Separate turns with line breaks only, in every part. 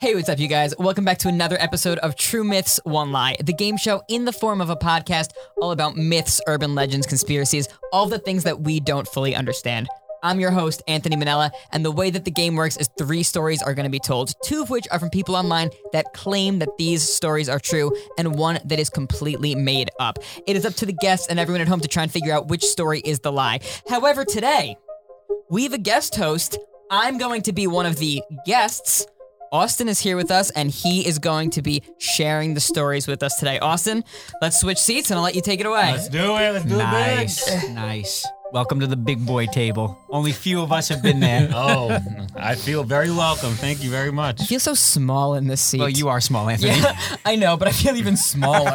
Hey, what's up, you guys? Welcome back to another episode of True Myths, One Lie, the game show in the form of a podcast all about myths, urban legends, conspiracies, all the things that we don't fully understand. I'm your host, Anthony Manella, and the way that the game works is three stories are going to be told, two of which are from people online that claim that these stories are true, and one that is completely made up. It is up to the guests and everyone at home to try and figure out which story is the lie. However, today, we have a guest host. I'm going to be one of the guests. Austin is here with us, and he is going to be sharing the stories with us today. Austin, let's switch seats and I'll let you take it away.
Let's do it. Let's do it big.
Nice, nice. Welcome to the big boy table. Only few of us have been there.
Oh, I feel very welcome. Thank you very
I
much.
feel so small in this seat.
well, you are small, Anthony.
Yeah, I know, but I feel even smaller.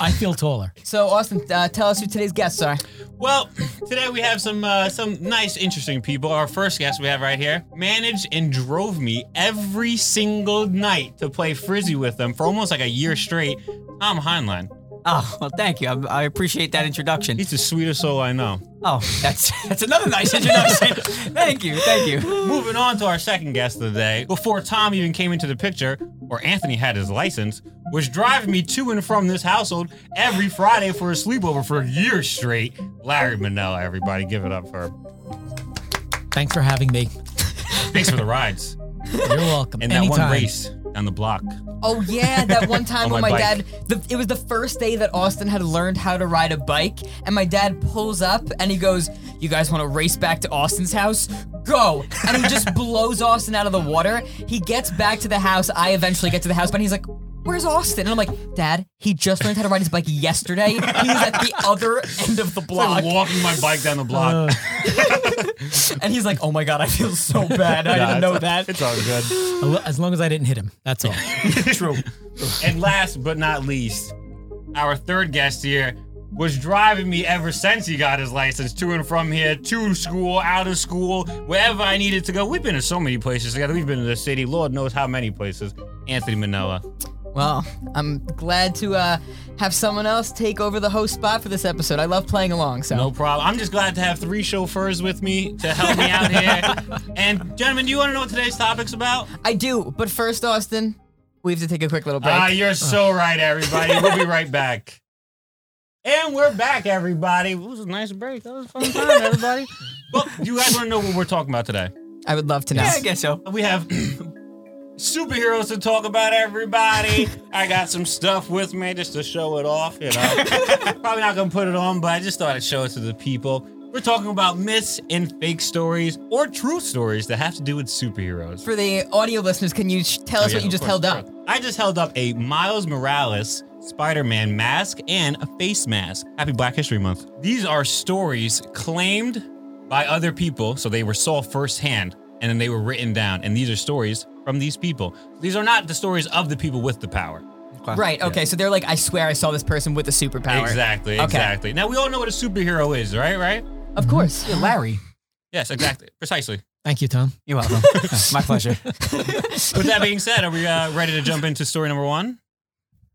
I feel taller.
so, Austin, uh, tell us who today's guests are.
Well, today we have some uh, some nice, interesting people. Our first guest we have right here managed and drove me every single night to play frisbee with them for almost like a year straight. Tom Heinlein.
Oh, well, thank you. I, I appreciate that introduction.
He's the sweetest soul I know.
Oh, that's that's another nice introduction. thank you, thank you.
Moving on to our second guest of the day, before Tom even came into the picture, or Anthony had his license, was driving me to and from this household every Friday for a sleepover for a year straight. Larry Manella, everybody, give it up for him.
Thanks for having me.
Thanks for the rides.
You're welcome.
And that
Anytime.
one race down the block.
Oh yeah, that one time
On
when
my
my
bike.
dad, the, it was the first day that Austin had learned how to ride a bike, and my dad pulls up and he goes, "You guys want to race back to Austin's house? Go!" And he just blows Austin out of the water. He gets back to the house. I eventually get to the house, but he's like. Where's Austin? And I'm like, Dad, he just learned how to ride his bike yesterday. He was at the other end of the block. Uh,
Like walking my bike down the block.
And he's like, Oh my God, I feel so bad. I
Yeah,
didn't know that.
It's all good.
Al- As long as I didn't hit him, that's all.
True. And last but not least, our third guest here was driving me ever since he got his license to and from here, to school, out of school, wherever I needed to go. We've been to so many places together. We've been to the city, Lord knows how many places. Anthony Manoa.
Well, I'm glad to uh, have someone else take over the host spot for this episode. I love playing along, so.
No problem. I'm just glad to have three chauffeurs with me to help me out here. And gentlemen, do you want to know what today's topic's about?
I do, but first, Austin, we have to take a quick little break.
Ah, you're so right, everybody. We'll be right back. And we're back, everybody. It was a nice break. That was a fun time, everybody. well, you guys want to know what we're talking about today?
I would love to know.
Yeah, I guess so.
We have superheroes to talk about, everybody. I got some stuff with me just to show it off, you know. Probably not going to put it on, but I just thought I'd show it to the people. We're talking about myths and fake stories or true stories that have to do with superheroes.
For the audio listeners, can you sh- tell us what
Oh, yeah,
you
of
just
course,
held
of
up?
course. I just held up a Miles Morales Spider-Man mask and a face mask. Happy Black History Month. These are stories claimed by other people, so they were saw firsthand, and then they were written down. And these are stories from these people. These are not the stories of the people with the power.
Right, okay, so they're like, I swear I saw this person with a superpower.
Exactly,
Okay.
exactly. Now we all know what a superhero is, right? Right?
Of course.
Larry.
Yes, exactly. Precisely.
Thank you, Tom.
You're welcome. My pleasure.
With that being said, are we uh, ready to jump into story number one?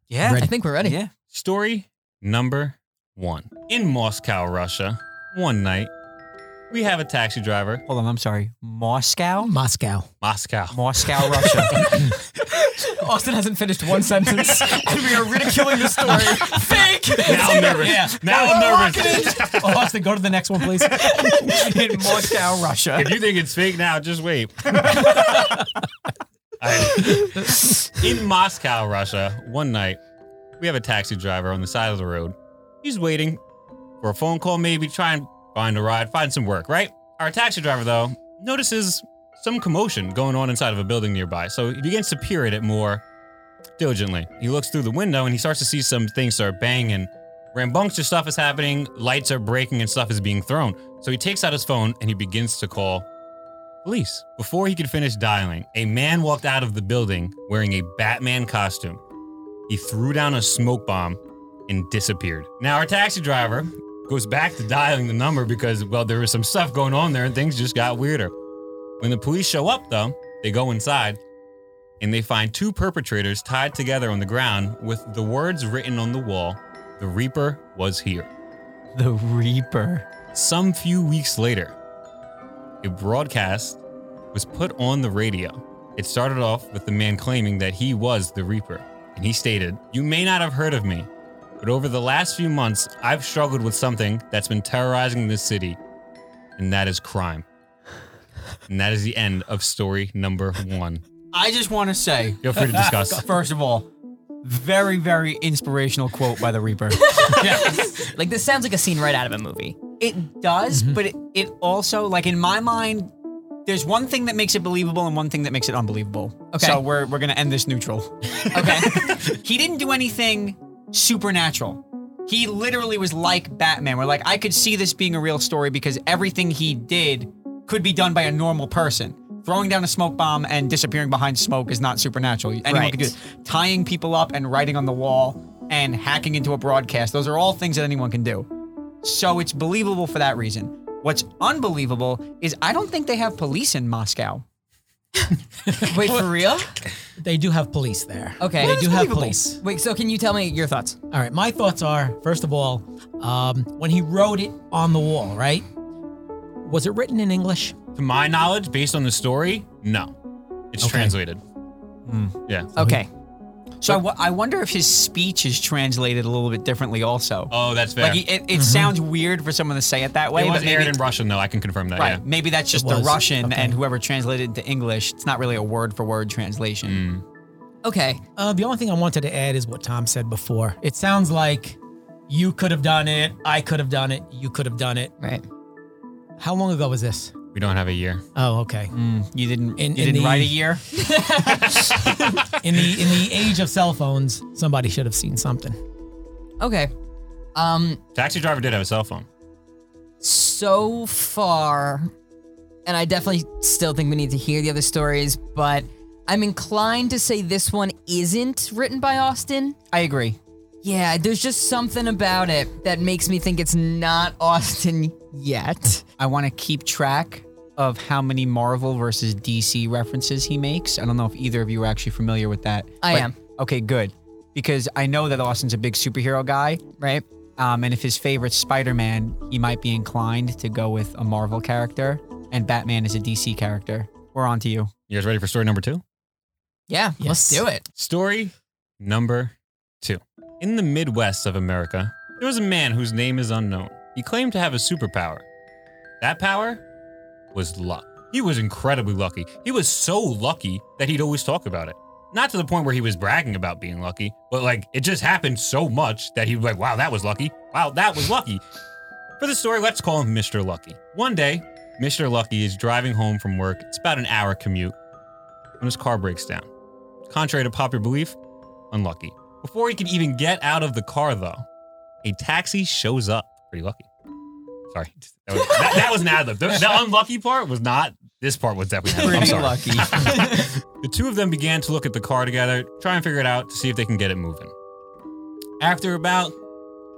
Yeah.
I think we're ready.
Yeah.
Story number one. In Moscow, Russia, one night, we have a taxi driver.
Hold on, I'm sorry. Moscow?
Moscow.
Moscow.
Moscow, Russia.
Austin hasn't finished one sentence, and we are ridiculing the story. Fake!
Now I'm nervous.
Yeah.
Now I'm nervous.
Oh, Austin, go to the next one, please.
In Moscow, Russia.
if you think it's fake now, just wait. Alright. In Moscow, Russia, one night, we have a taxi driver on the side of the road. He's waiting for a phone call, maybe try and find a ride, find some work, right? Our taxi driver, though, notices some commotion going on inside of a building nearby, so he begins to peer at it more diligently. He looks through the window and he starts to see some things start banging. Rambunctious stuff is happening, lights are breaking, and stuff is being thrown. So he takes out his phone and he begins to call police. Before he could finish dialing, a man walked out of the building wearing a Batman costume. He threw down a smoke bomb and disappeared. Now, our taxi driver goes back to dialing the number because, well, there was some stuff going on there and things just got weirder. When the police show up, though, they go inside and they find two perpetrators tied together on the ground with the words written on the wall The Reaper was here.
The Reaper.
Some few weeks later, a broadcast was put on the radio It started off with the man claiming that he was the Reaper, and he stated, You may not have heard of me, but over the last few months, I've struggled with something that's been terrorizing this city, and that is crime. And that is the end of story number one.
I just want to say,
Feel free to discuss.
first of all, very, very inspirational quote by the Reaper.
Like this sounds like a scene right out of a movie.
It does, but it, it also, like in my mind, there's one thing that makes it believable and one thing that makes it unbelievable.
Okay.
So we're, we're going to end this neutral.
Okay.
he didn't do anything supernatural. He literally was like Batman, where like I could see this being a real story because everything he did could be done by a normal person. Throwing down a smoke bomb and disappearing behind smoke is not supernatural. Anyone
Right.
could do it. Tying people up and writing on the wall and hacking into a broadcast. Those are all things that anyone can do. So it's believable for that reason. What's unbelievable is I don't think they have police in Moscow.
Wait for real?
They do have police there.
Okay.
They
That's
do have
believable.
police.
Wait. So can you tell me your thoughts?
All right. My thoughts are first of all, um, when he wrote it on the wall, right? Was it written in English?
to my knowledge, based on the story, no. It's
Okay.
translated.
Hmm.
Yeah.
Oh.
Okay.
So I, w- I wonder if his speech is translated a little bit differently, also.
Oh, that's fair.
Like it, it, it
Mm-hmm.
sounds weird for someone to say it that way.
it was
but maybe,
aired in Russian, though. I can confirm that.
right?
Yeah.
Maybe that's just the
was,
Russian
okay.
and whoever translated it to English. It's not really a word for word
Mm.
translation.
Okay.
Uh, the only thing I wanted to add is what Tom said before. It sounds like you could have done it. I could have done it. You could have done it.
Right.
How long ago was this?
We don't have a year.
Oh, okay.
Mm.
You didn't.
In-
you didn't
in the-
write a year.
In the in the age of cell phones, somebody should have seen something.
Okay. Um.
Taxi driver did have a cell phone.
so far, and I definitely still think we need to hear the other stories, but I'm inclined to say this one isn't written by Austin.
I agree.
Yeah, there's just something about it that makes me think it's not Austin yet.
I want to keep track of how many Marvel versus DC references he makes. I don't know if either of you are actually familiar with that.
I
but-
am.
Okay, good. Because I know that Austin's a big superhero guy,
Right?
um, and if his favorite's Spider-Man, he might be inclined to go with a Marvel character, and Batman is a DC character. We're on to you.
You guys ready for story number two?
Yeah, let's
Yes.
do it.
Story number two. In the Midwest of America, there was a man whose name is unknown. He claimed to have a superpower. That power was luck. He was incredibly lucky. He was so lucky that he'd always talk about it. Not to the point where he was bragging about being lucky, but like it just happened so much that he was like, wow, that was lucky. Wow, that was lucky. For the story, let's call him Mr. Lucky. One day, Mr. Lucky is driving home from work. It's about an hour commute when his car breaks down contrary to popular belief, unlucky. Before he could even get out of the car, though, a taxi shows up. Pretty lucky. Sorry, that was, that, that was an ad lib. The, the unlucky part was not. This part was definitely. An ad-lib. I'm sorry. The two of them began to look at the car together, try and figure it out to see if they can get it moving. After about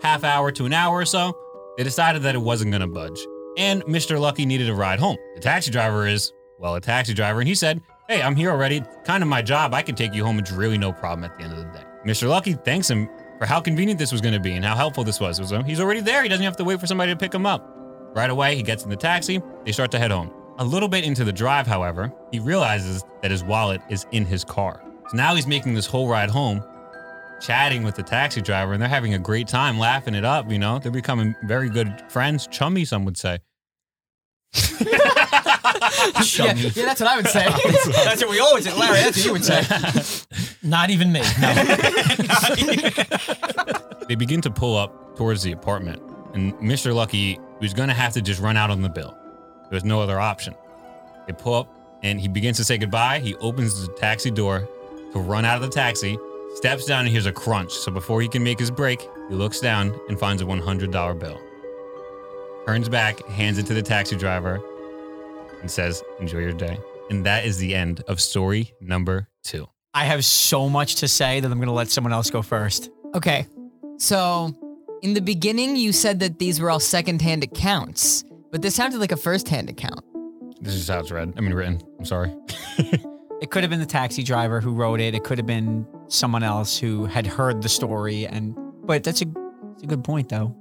half hour to an hour or so, they decided that it wasn't going to budge, and Mr. Lucky needed a ride home. The taxi driver is, well, a taxi driver, and he said, "Hey, I'm here already. Kind of my job. I can take you home. It's really no problem at the end of the day." Mr. Lucky thanks him for how convenient this was going to be and how helpful this was. So he's already there. He doesn't have to wait for somebody to pick him up. Right away, he gets in the taxi. They start to head home. A little bit into the drive, however, he realizes that his wallet is in his car. So now he's making this whole ride home, chatting with the taxi driver, and they're having a great time laughing it up. You know, they're becoming very good friends, chummy, some would say.
Yeah, yeah, that's what I would say.
That's what we always say, Larry. That's what you would say.
Not even me. No.
They begin to pull up towards the apartment, and Mr. Lucky was going to have to just run out on the bill. There was no other option. They pull up, and he begins to say goodbye. He opens the taxi door to run out of the taxi, steps down, and hears a crunch. So before he can make his break, he looks down and finds a $100 bill. Turns back, hands it to the taxi driver, and says, Enjoy your day. And that is the end of story number two.
I have so much to say that I'm going to let someone else go first.
Okay. So, in the beginning, you said that these were all secondhand accounts, but this sounded like a firsthand account.
This is how it's read. I mean, written. I'm sorry.
It could have been the taxi driver who wrote it. It could have been someone else who had heard the story. And but that's a, that's a good point though.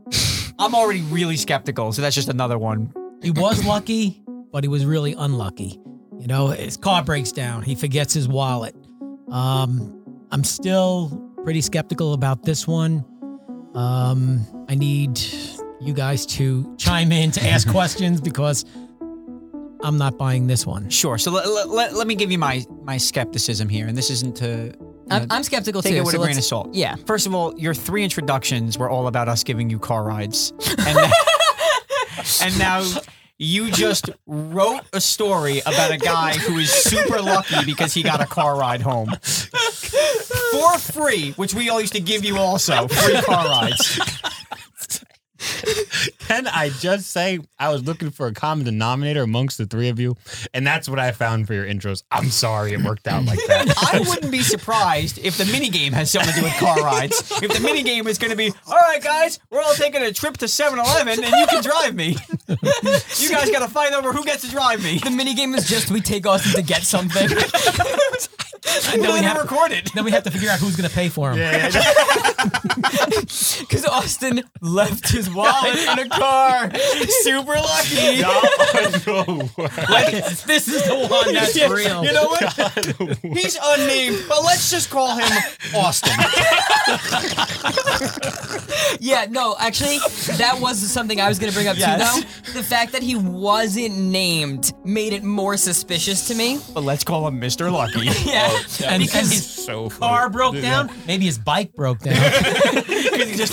I'm already really skeptical, so that's just another one.
he was lucky, but he was really unlucky. You You know, his car breaks down. He forgets his wallet. Um, I'm still pretty skeptical about this one. Um, I need you guys to chime in to ask questions because I'm not buying this one.
Sure. So let, let, let, let me give you my my skepticism here, and this isn't to. you know,
I'm, I'm skeptical
Take
too.
it with
so
a grain
let's-
of salt.
Yeah.
First of all, your three introductions were all about us giving you car rides. And, now- and now you just wrote a story about a guy who is super lucky because he got a car ride home. For free, which we all used to give you also free car rides.
Can I just say I was looking for a common denominator amongst the three of you, and that's what I found for your intros. I'm sorry it worked out like that.
I wouldn't be surprised if the minigame has something to do with car rides. If the minigame is going to be, all right, guys, we're all taking a trip to 7 Eleven and you can drive me. you guys got to fight over who gets to drive me.
The minigame is just we take Austin to get something.
And
then we have to-
record it.
Then we have to figure out who's going to pay for him.
Yeah, yeah, yeah.
Because Austin left his wallet in a car. Super lucky.
No, no.
This is the one that's real.
You know what? He's unnamed, but let's just call him Austin.
Yeah, no, actually, that was something I was going to bring up
Yes.
too, though. The fact that he wasn't named made it more suspicious to me.
but let's call him Mr. Lucky.
Yeah.
and, and his
so funny.
car broke down. Maybe his bike broke down.
Because he just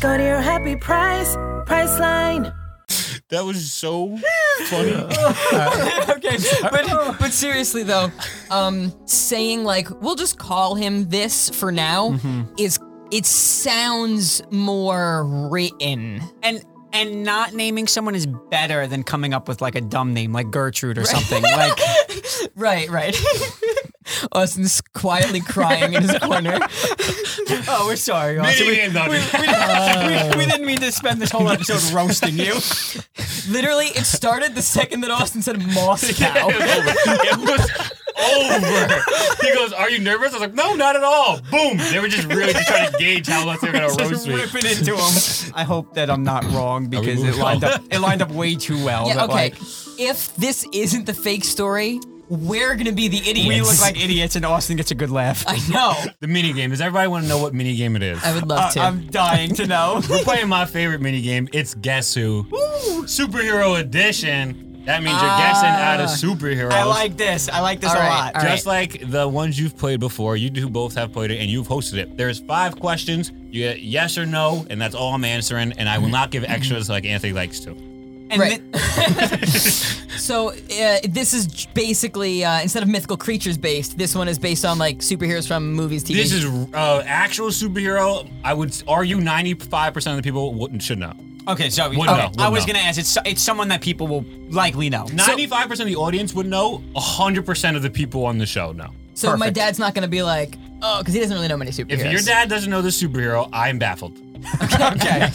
Go to your happy price, price line.
That was so funny.
okay, but but seriously though, um, saying like we'll just call him this for now is it sounds more written.
And and not naming someone is better than coming up with like a dumb name like Gertrude or something. Like
Right, right. Austin's quietly crying in his corner.
Oh, we're sorry, Austin. We,
Minigame dummy.
we didn't, we- we didn't mean to spend this whole episode roasting you.
Literally, it started the second that Austin said Moscow.
it was over. He goes, "Are you nervous?" I was like, "No, not at all." Boom. They were just really just trying to gauge how much they were gonna roast
Just
me.
ripping into him. I hope that I'm not wrong because it
moving
lined
on?
up it lined up way too well.
yeah,
but,
okay.
like,
if this isn't the fake story, we're gonna be the idiots.
we look like idiots and Austin gets a good laugh.
I know.
The minigame. Does everybody want to know what minigame it is?
I would love to.
Uh, I'm dying to know.
We're playing my favorite minigame. It's Guess Who. Superhero Edition. That means you're guessing out of superheroes.
Ah. I like this. I like this
All
a
right,
lot.
all right.
Just like the ones you've played before, you two both have played it and you've hosted it. There's five questions. You get yes or no, and that's all I'm answering. And I will not give extras like Anthony likes to.
And
Right.
thi-
So uh, this is j- basically uh, instead of mythical creatures based, this one is based on like superheroes from movies, TV.
This is uh, actual superhero. I would argue 95% of the people wouldn't should know.
Okay, so
Would
okay,
know, would
I was
know.
gonna ask. It's it's someone that people will likely know. So-
95% of the audience would know. 100% of the people on the show know.
so my dad's not gonna be like, oh, because he doesn't really know many superheroes.
If your dad doesn't know the superhero, I'm baffled.
okay,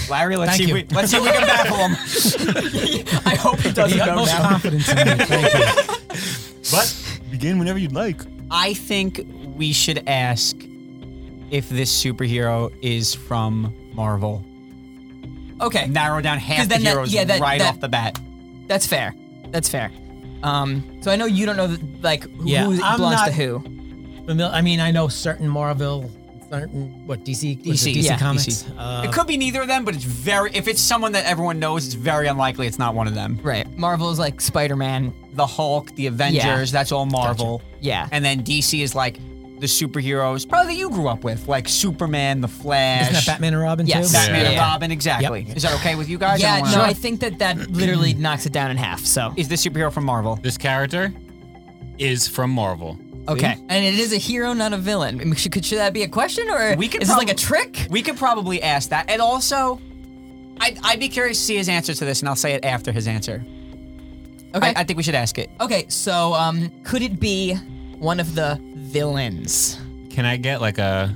Larry, let's
Thank
see.
you.
If we, let's see if we can baffle him.
I hope he doesn't
the
know
utmost
now.
confidence in me. Thank you.
But begin whenever you'd like.
I think we should ask if this superhero is from Marvel.
Okay,
Narrow down half
'Cause
the
then that-
heroes
yeah, that-
right
that-
off the bat.
that's fair. That's fair. Um, so I know you don't know like who
Yeah,
who
I'm
belongs to
not-
who.
Famil- I mean, I know certain Marvel, certain what DC, was
DC,
it DC
yeah,
comics.
DC.
Uh,
it could be neither of them, but it's very. If it's someone that everyone knows, it's very unlikely it's not one of them.
Right, Marvel's like Spider Man.
The Hulk, the Avengers, that's all Marvel.
Yeah,
And then DC is like the superheroes, probably that you grew up with, like Superman, the Flash.
isn't that Batman and Robin
Yes.
too?
Batman
Yeah.
and
Yeah.
Robin, exactly. Is that okay with you guys?
yeah.
don't
No,
wanna-
I think that that literally knocks it down in half. So
is this superhero from Marvel?
This character is from Marvel.
okay, and it is a hero, not a villain. I mean, should, could, should that be a question or
We could
is this like
prob-
a trick?
We could probably ask that, and also, I'd, I'd be curious to see his answer to this, and I'll say it after his answer.
Okay.
I, I think we should ask it.
Okay, so um, could it be one of the villains?
Can I get like a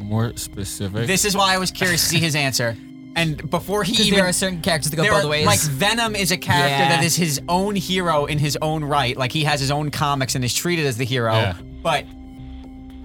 more specific?
This is why I was curious to see his answer. And before he
Because
even
there are certain characters that go
There
both
are-
ways.
Like Venom is a character
Yeah.
that is his own hero in his own right. Like he has his own comics and is treated as the hero.
Yeah.
But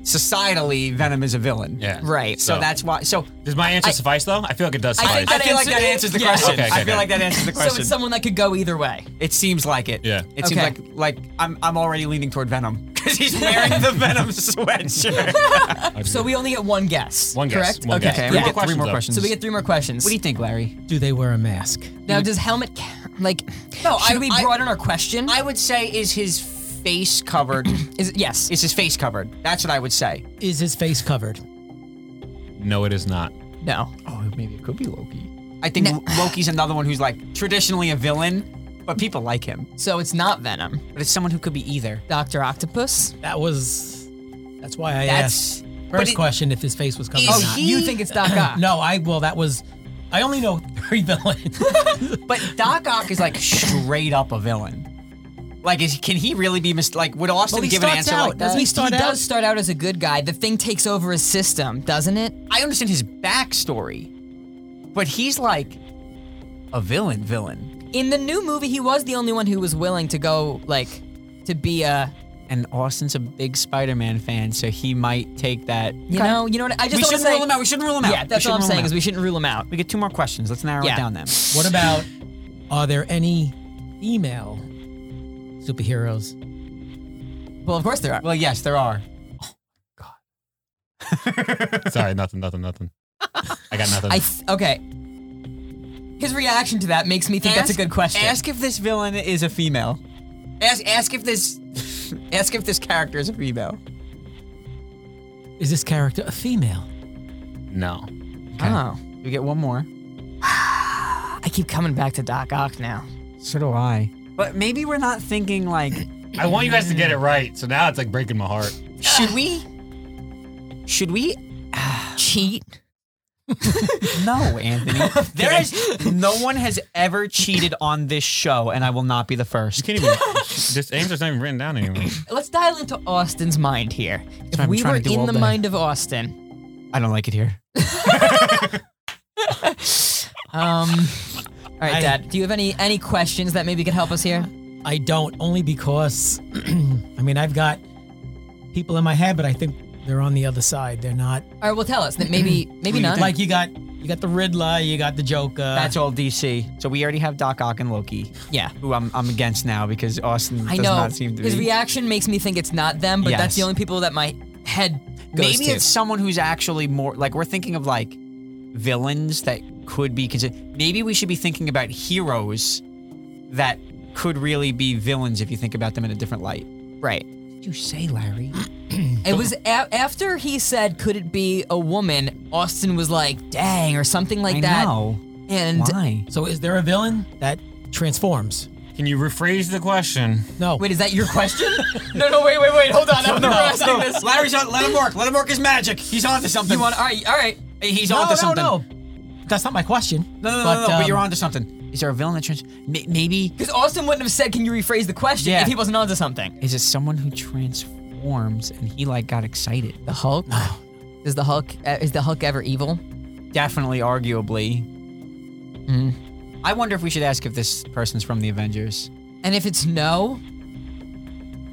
societally, Venom is a villain.
yeah.
right.
So
So-
that's why. So
Does my answer suffice though? I feel like it does
I
suffice.
think
I
That
feel like
answer-
that answers the
yeah.
question.
Okay, okay,
I feel
okay.
like that answers the
So
question.
it's someone that could go either way.
it seems like it.
Yeah.
It seems
Okay.
like like I'm I'm already leaning toward Venom because he's wearing the Venom sweatshirt. what
So we only get one guess.
One guess,
Correct?
one
okay.
guess.
yeah.
Three more
Okay.
questions, though.
So we get three more questions.
do you think, Larry?
Do they wear a mask?
now, does helmet ca- like?
No,
should
I-
we
I-
broaden our question?
I would say is his face covered.
Is it- yes.
is his face covered? That's what I would say.
Is his face covered?
no, it is not.
no.
Oh, maybe it could be Loki. I think Loki's another one who's like traditionally a villain, but people like him.
So it's not Venom.
But it's someone who could be either.
Doctor Octopus.
That was. That's why I
That's-
asked
but
first
it-
question if his face was covered.
Is
or
Oh,
not.
you think it's Doc Ock?
No, I well that was. I only know three villains.
But Doc Ock is like straight up a villain. Like, is, can he really be mis- like? Would Austin
Well, he
give an
starts
answer
out,
like that?
doesn't
He,
he start
he
out-
does start out as a good guy. The thing takes over his system, doesn't it?
I understand his backstory, but he's like a villain. Villain.
In the new movie, he was the only one who was willing to go like to be a.
And Austin's a big Spider-Man fan, so he might take that.
You know. You know what? I just don't
we
wanna
shouldn't
say-
rule him out. We shouldn't rule him out.
Yeah,
We
that's all I'm
shouldn't rule him
saying
out.
is we shouldn't rule him out.
we get two more questions. Let's narrow
Yeah.
it down then.
what about? Are there any female superheroes?
Well, of course there are.
Well, yes, there are.
Sorry, nothing, nothing, nothing. I got nothing.
I th- okay. His reaction to that makes me think that's a
Ask-
good question.
Ask if this villain is a female. Ask ask if this ask if this character is a female.
Is this character a female?
no.
Oh,
You get one more.
I keep coming back to Doc Ock now.
So do I. But maybe we're not thinking like
I want you guys to get it right. So now it's like breaking my heart.
should we should we
Cheat?
No, Anthony. there is no one has ever cheated on this show and I will not be the
You
first.
can't even. this answer's not even written down anymore.
Let's dial into Austin's mind here. If
I'm
we
trying
were
to do
in
all
the
day.
mind of Austin,
I don't like it here.
um, all right,
I-
Dad, do you have any any questions that maybe could help us here?
I don't, only because I mean I've got people in my head, but I think they're on the other side. They're not
All right, well, tell us that maybe maybe not.
like you got you got the Riddler, you got the Joker.
That's all DC. So we already have Doc Ock and Loki,
yeah.
who I'm I'm against now because Austin
I
does
know.
not seem to
His
be.
reaction makes me think it's not them, but that's
Yes.
the only people that my head goes
Maybe
to.
it's someone who's actually more like we're thinking of like villains that could be considered. Maybe we should be thinking about heroes that could really be villains if you think about them in a different light.
right.
What did you say, Larry?
It was a- after he said, "Could it be a woman?" Austin was like, "Dang," or something like
I
that.
know.
And
Why?
so is there a villain that transforms?
Can you rephrase the question?
No.
wait, is that your question? no, no, wait, wait, wait. Hold on, I'm asking this.
Larry's on. Let him work. Let him work his magic. He's onto something.
You want? All right, all right.
He's
no,
onto
no,
something.
no. That's not my question.
no, no, no, no, no, but you're onto something. Is there a villain that trans? May- maybe
Because Austin wouldn't have said, "Can you rephrase the question?"
Yeah.
if he wasn't onto something.
is it someone who transforms and he like got excited?
The Hulk. Is the Hulk? Uh, is the Hulk ever evil?
definitely arguably. I wonder if we should ask if this person's from the Avengers.
And if it's no,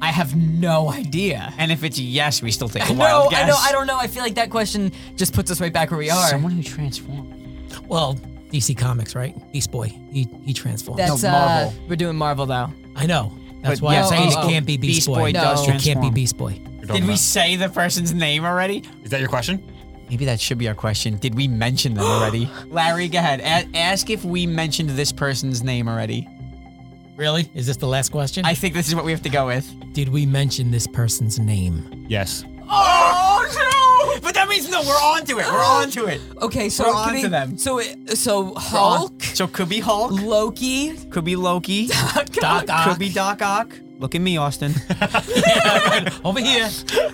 I have no idea.
And if it's yes, we still take a
No,
wild guess.
I know, I don't know. I feel like that question just puts us right back where we are.
Someone who transforms.
Well, DC Comics, right? Beast Boy. He he transforms.
That's
No, Marvel.
Uh, we're doing Marvel though.
I know. That's
But
why
yes,
I
oh,
say it
oh,
can't be Beast,
Beast Boy
does
It can't be
transform.
Beast Boy.
You're talking
Did we
about-
say the person's name already?
Is that your question?
Maybe that should be our question. Did we mention them already? Larry, go ahead. A- ask if we mentioned this person's name already.
Really? Is this the last question?
I think this is what we have to go with.
Did we mention this person's name?
Yes.
Oh no! But that means no. We're on to it. We're on to it.
Okay, so
We're
it could
on
be-
to them.
So it, so
We're on-
Hulk,
So could be Hulk.
Loki,
Could be Loki.
Doc
Could
Ock.
be Doc Ock. Look at me, Austin.
over here,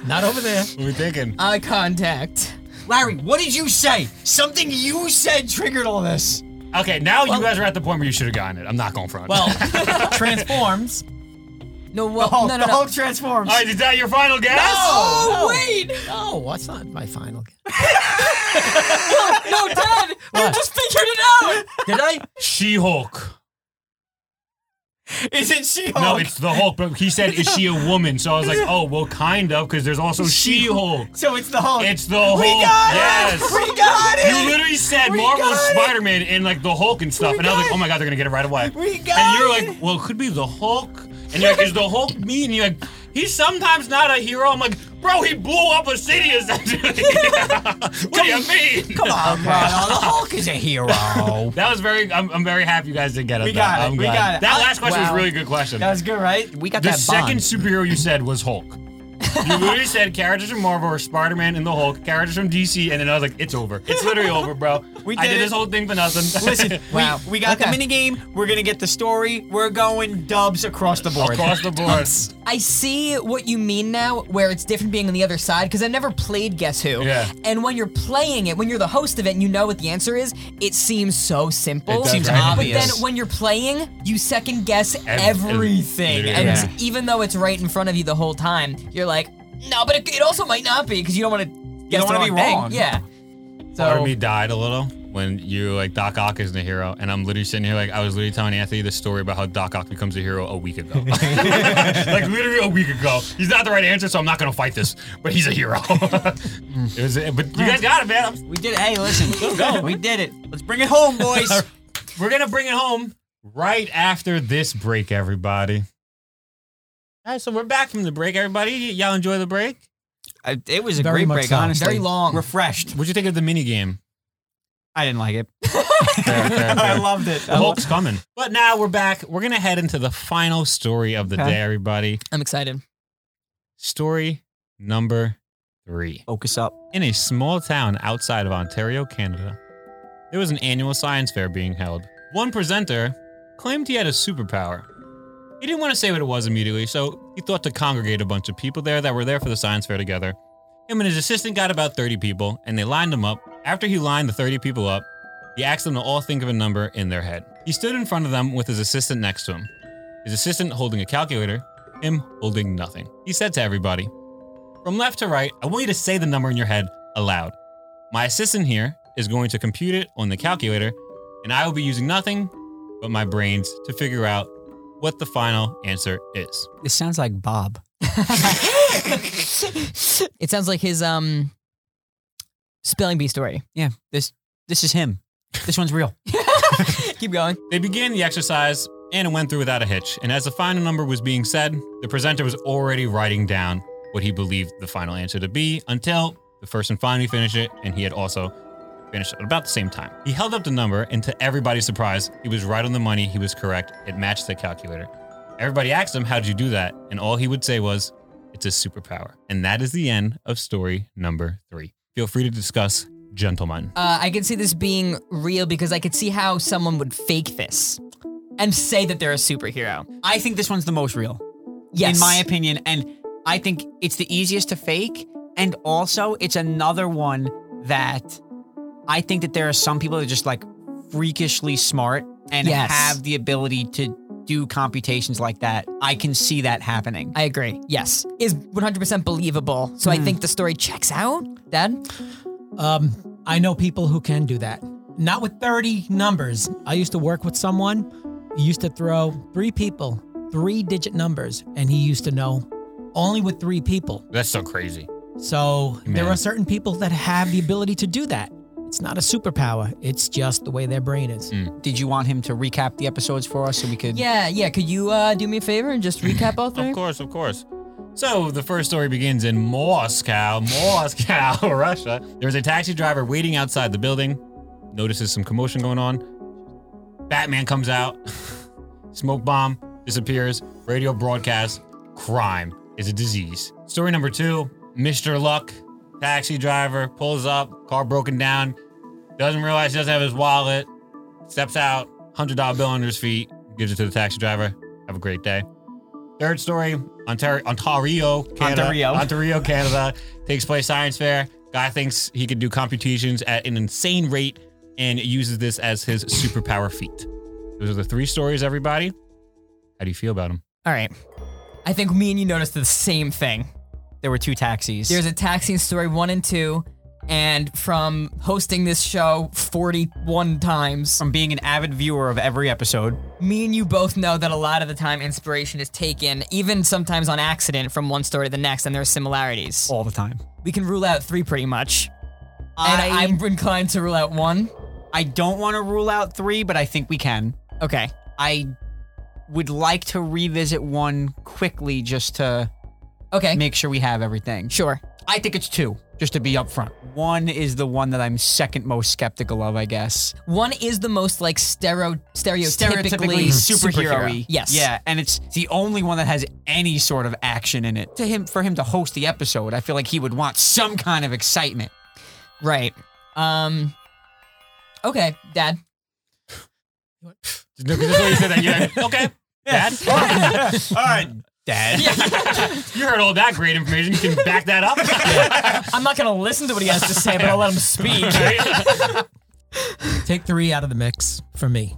not over there.
What are we thinking?
eye contact.
Larry, what did you say? Something you said triggered all this.
Okay, now you guys are at the point where you should have gotten it. I'm not going front.
Well, transforms.
No, well,
Oh,
no, no,
the
no.
Hulk transforms.
All right, is that your final guess?
Oh, wait!
Oh, what's not my final? guess.
No, Dad! You
What?
just figured it out!
Did I?
She Hulk.
Is it She-Hulk?
No, it's the Hulk. But he said, "Is she a woman?" So I was like, "Oh, well, kind of," because there's also She Hulk.
so it's the Hulk.
It's the Hulk.
We got
yes.
it. We got it.
You literally said
We
Marvel
got it!
Spider Man and like the Hulk and stuff.
We
and I was
got
like, oh my God, they're going to get it right away.
We got
and you're
it!
like, well, it could be the Hulk. And you're like, is the Hulk mean? And you're like, he's sometimes not a hero. I'm like, bro, he blew up a city essentially. what do you mean?
Come on, bro. The Hulk is a hero. that
That was very, I'm, I'm very happy you guys did get it.
We
though.
got it,
I'm
we
glad.
got it.
That
I-
last question was a
wow.
really good question.
was good, right? We got
the
that
second
bond.
superhero you said was Hulk. You literally said characters from Marvel or Spider Man and the Hulk, characters from DC, and then I was like, it's over. It's literally over, bro.
We
I
did
did
it.
this whole thing for nothing.
Listen,
Wow.
we, we got
Okay.
the mini game. We're gonna get the story. We're going dubs across the board.
across the board.
I see what you mean now, where it's different being on the other side, because I never played Guess Who.
Yeah.
And when you're playing it, when you're the host of it and you know what the answer is, it seems so simple.
It does,
Seems
right?
But then
obvious.
when you're playing, you second guess
Ev-
everything.
literally.
And
Yeah.
even though it's right in front of you the whole time, you're like, no, but it, it also might not be, because you don't want to guess
don't
the
wanna be
wrong thing.
wrong.
Yeah.
Part
So,
of me died a little when you like Doc Ock isn't a hero, and I'm literally sitting here like I was literally telling Anthony the story about how Doc Ock becomes a hero a week ago, like literally a week ago. He's not the right answer, so I'm not gonna fight this, but he's a hero. it was, but you guys got it, man. I'm-
We did. Hey, listen, We did it. Let's bring it home, boys.
We're gonna bring it home right after this break, everybody. All right, so we're back from the break, everybody. Y- y'all enjoy the break?
Uh, it was a
Very
great
much
break,
so.
honestly.
Very long.
Refreshed.
What'd you think of the mini game?
I didn't like it. I loved it. I
The
lo-
Hulk's coming. But now we're back. We're gonna head into the final story of the
Okay.
day, everybody.
I'm excited.
Story number three.
Focus up.
In a small town outside of Ontario, Canada, there was an annual science fair being held. One presenter claimed he had a superpower. He didn't want to say what it was immediately, so he thought to congregate a bunch of people there that were there for the science fair together. Him and his assistant got about 30 people, and they lined them up. After he lined the 30 people up, he asked them to all think of a number in their head. He stood in front of them with his assistant next to him, his assistant holding a calculator, him holding nothing. He said to everybody, from left to right, I want you to say the number in your head aloud. My assistant here is going to compute it on the calculator, and I will be using nothing but my brains to figure out what the final answer is.
This sounds like Bob.
It sounds like his um spelling bee story.
Yeah. This this is him. This one's real.
Keep going.
They began the exercise, and it went through without a hitch. And as the final number was being said, the presenter was already writing down what he believed the final answer to be until the person finally finished it, and he had also finished at about the same time. He held up the number, and to everybody's surprise, he was right on the money. He was correct. It matched the calculator. Everybody asked him, How'd you do that? And all he would say was, It's a superpower. And that is the end of story number three. Feel free to discuss, gentlemen.
Uh, I can see this being real because I could see how someone would fake this and say that they're a superhero.
I think this one's the most real.
Yes.
in my opinion. And I think it's the easiest to fake. And also, it's another one that I think that there are some people that are just like freakishly smart and
Yes.
have the ability to do computations like that. I can see that happening.
I agree. Yes. Is 100% believable. So I
Hmm.
think the story checks out, Dad.
Um, I know people who can do that. Not with 30 numbers. I used to work with someone who used to throw three people, three digit numbers, and he used to know only with three people.
That's so crazy.
So there
Man.
are certain people that have the ability to do that. It's not a superpower, it's just the way their brain is.
Did you want him to recap the episodes for us so we could?
Yeah, yeah. Could you uh, do me a favor and just recap all three?
Of course, of course. So the first story begins in Moscow, Moscow, Russia. There's a taxi driver waiting outside the building. Notices some commotion going on. Batman comes out. Smoke bomb disappears. Radio broadcast. Crime is a disease. Story number two. Mr. Luck, taxi driver, pulls up. Car broken down. Doesn't realize he doesn't have his wallet. Steps out. Hundred dollar bill under his feet. Gives it to the taxi driver. Have a great day. Third story, Ontario, Ontario, Canada.
Ontario.
Ontario, Canada takes place science fair. Guy thinks he could do computations at an insane rate. and uses this as his superpower feat. Those are the three stories, everybody. How do you feel about them?
All right. I think me and you noticed the same thing.
There were two taxis.
There's a taxi in story one and two, and from hosting this show 41 times,
from being an avid viewer of every episode.
me and you both know that a lot of the time inspiration is taken, even sometimes on accident, from one story to the next, and there are similarities.
All the time.
We can rule out three pretty much. And
I-
I, I'm inclined to rule out one.
I don't want to rule out three, but I think we can.
Okay.
I would like to revisit one quickly just to
Okay.
make sure we have everything.
Sure.
I think it's two, just to be upfront. One is the one that I'm second most skeptical of, I guess.
One is the most like stereo stereotypically,
Stereotypically superhero.
Yes.
Yeah, and it's the only one that has any sort of action in it. To him, for him to host the episode, I feel like he would want some kind of excitement.
Right. Um. Okay, Dad.
No, 'cause that's what you said that. You're like, okay, Dad.
All right, Dad.
you heard all that great information. You can back that up.
I'm not gonna listen to what he has to say, but I'll let him speak.
Take three out of the mix for me.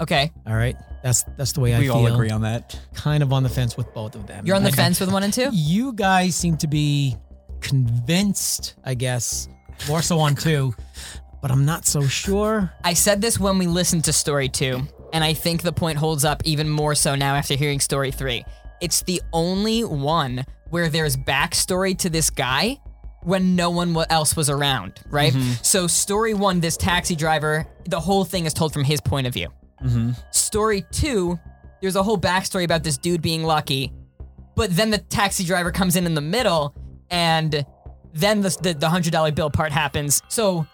Okay.
All right, that's that's the way I
we
feel.
all agree on that.
Kind of on the fence with both of them.
You're on the
Like,
fence with one and two?
You guys seem to be convinced, I guess, more so on two, but I'm not so sure.
I said this when we listened to story two, and I think the point holds up even more so now after hearing story three. It's the only one where there's backstory to this guy when no one wa- else was around, right? So, story one, this taxi driver, the whole thing is told from his point of view. Story two, there's a whole backstory about this dude being lucky, but then the taxi driver comes in in the middle, and then the, the, the $100 bill part happens. So,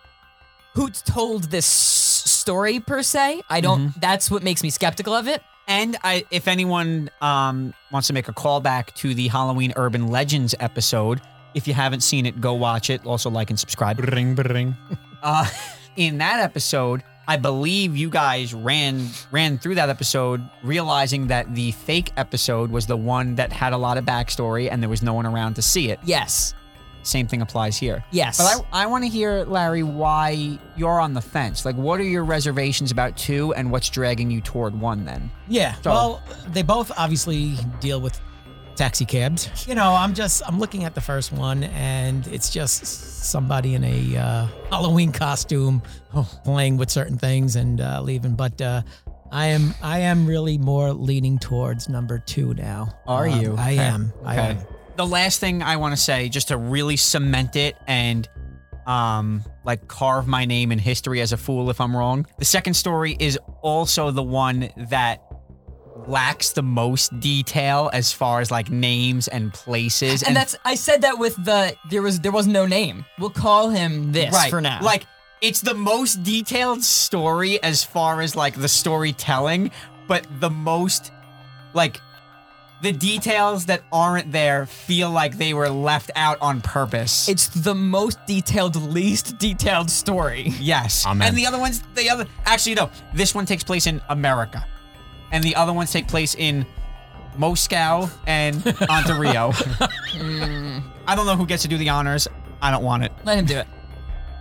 who told this s- story per se. I don't. That's what makes me skeptical of it.
And I, if anyone um, wants to make a callback to the Halloween Urban Legends episode, if you haven't seen it, go watch it. Also, like and subscribe.
Bring, bring.
Uh, in that episode, I believe you guys ran ran through that episode, realizing that the fake episode was the one that had a lot of backstory, and there was no one around to see it.
Yes.
Same thing applies here.
Yes.
But I, I want to hear, Larry, why you're on the fence. Like, what are your reservations about two, and what's dragging you toward one? Then
Yeah.
So-
Well, they both obviously deal with taxi cabs. You know, I'm just I'm looking at the first one, and it's just somebody in a uh, Halloween costume playing with certain things and uh, leaving. But uh, I am I am really more leaning towards number two now.
Are
Um,
you?
I
Okay.
am. I
Okay.
am.
the last thing I want to say, just to really cement it and um like carve my name in history as a fool if I'm wrong. The second story is also the one that lacks the most detail as far as like names and places
and, that's. I said that with the there was there was no name. We'll call him this
right
for now.
Like it's the most detailed story as far as like the storytelling, but the most like the details that aren't there feel like they were left out on purpose.
it's the most detailed, least detailed story.
Yes.
Amen.
And the other ones, the other, actually, no. This one takes place in America, and the other ones take place in Moscow and Ontario. I don't know who gets to do the honors. I don't want it.
Let him do it.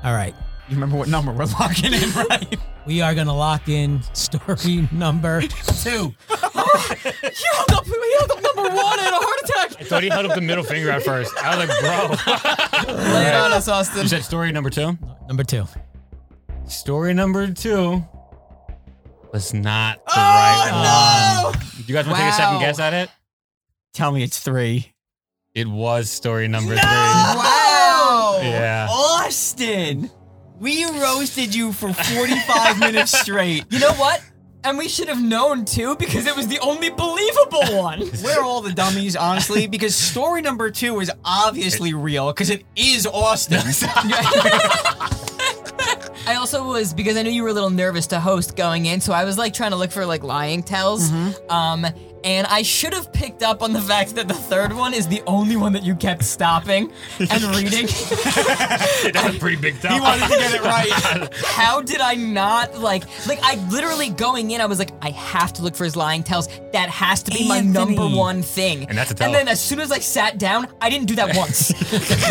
All right.
You remember what number we're locking in, right?
We are gonna lock in story number two.
He held up. He held up number one and a heart attack.
Thought he held up the middle finger at first. I was like, bro.
Lay it on us,
You
Austin.
said story number two?
Number two.
Story number two was not
Oh,
the right one. Do you guys want to take a second
Wow.
guess at it?
Tell me it's three.
It was story number
Wow.
Yeah.
Oh, Austin, we roasted you for 45 minutes straight.
You know what? And we should have known too because it was the only believable one.
We're all the dummies, honestly, because story number two is obviously real because it is Austin.
I also was because I knew you were a little nervous to host going in, so I was like trying to look for like lying tells. Um, and I should have picked up on the fact that the third one is the only one that you kept stopping and reading.
three. That's a pretty big
He
time.
wanted to get it right.
How did I not like like I literally going in, I was like, I have to look for his lying tells. That has to be my number
Anthony.
one thing.
And that's a tell.
And then as soon as I sat down, I didn't do that once.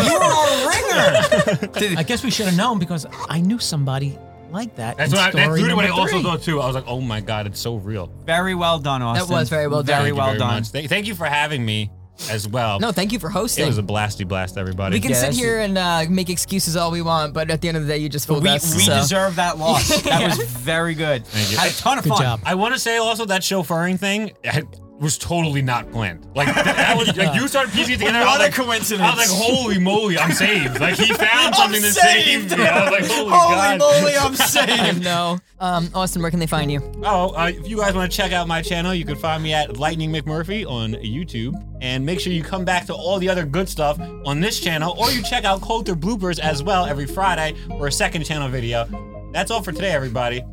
You're a ringer.
I guess we should have known because I knew somebody like that.
That's
in
what I, that's
story
literally what I
number
also
three.
thought too. I was like, oh my god, it's so real.
Very well done, Austin.
was very well done.
Very
Thank you
well done.
much. Thank, thank you for having me as well.
No, thank you for hosting.
it was a blasty blast, everybody.
we can
Yeah,
sit
that's-
here and uh, make excuses all we want, but at the end of the day, you just fooled
We,
us.
we
so.
deserve that loss. That was very good.
Thank you.
Had a ton of
Good
fun.
job.
I want to say also that chauffeuring thing I, was totally not planned. Like th- that was like you started piecing it together. I was
What a
like-
coincidence.
I was like, holy moly, I'm saved. Like he found something that
saved.
saved me. I was like, holy,
Holy
god.
moly, I'm
I
saved.
know. Um, Austin, where can they find you?
Oh, uh, if you guys want to check out my channel, you can find me at Lightning McMurphy on YouTube. And make sure you come back to all the other good stuff on this channel, or you check out Coulter Bloopers as well every Friday for a second channel video. That's all for today, everybody.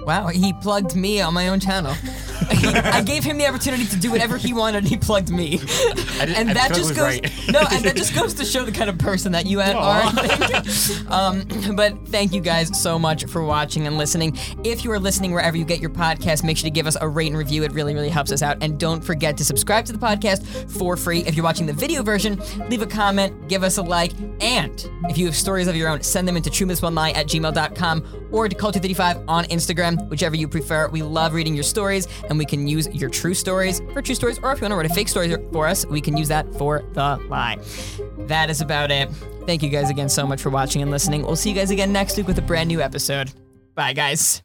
Wow, he plugged me on my own channel. I gave him the opportunity to do whatever he wanted, and he plugged me.
didn't-
and
I
that
feel it
just
was
goes
right.
no, and that just goes to show the kind of person that you are. I think. um, but thank you guys so much for watching and listening. If you are listening wherever you get your podcast, make sure to give us a rate and review. It really, really helps us out. And don't forget to subscribe to the podcast for free. If you're watching the video version, leave a comment, give us a like, and if you have stories of your own, send them into truemissonline at gmail.com or to culture35 on Instagram, whichever you prefer. We love reading your stories, and we can use your true stories for true stories, or if you want to write a fake story for us, we can use that for the lie. That is about it. Thank you guys again so much for watching and listening. We'll see you guys again next week with a brand new episode. Bye, guys.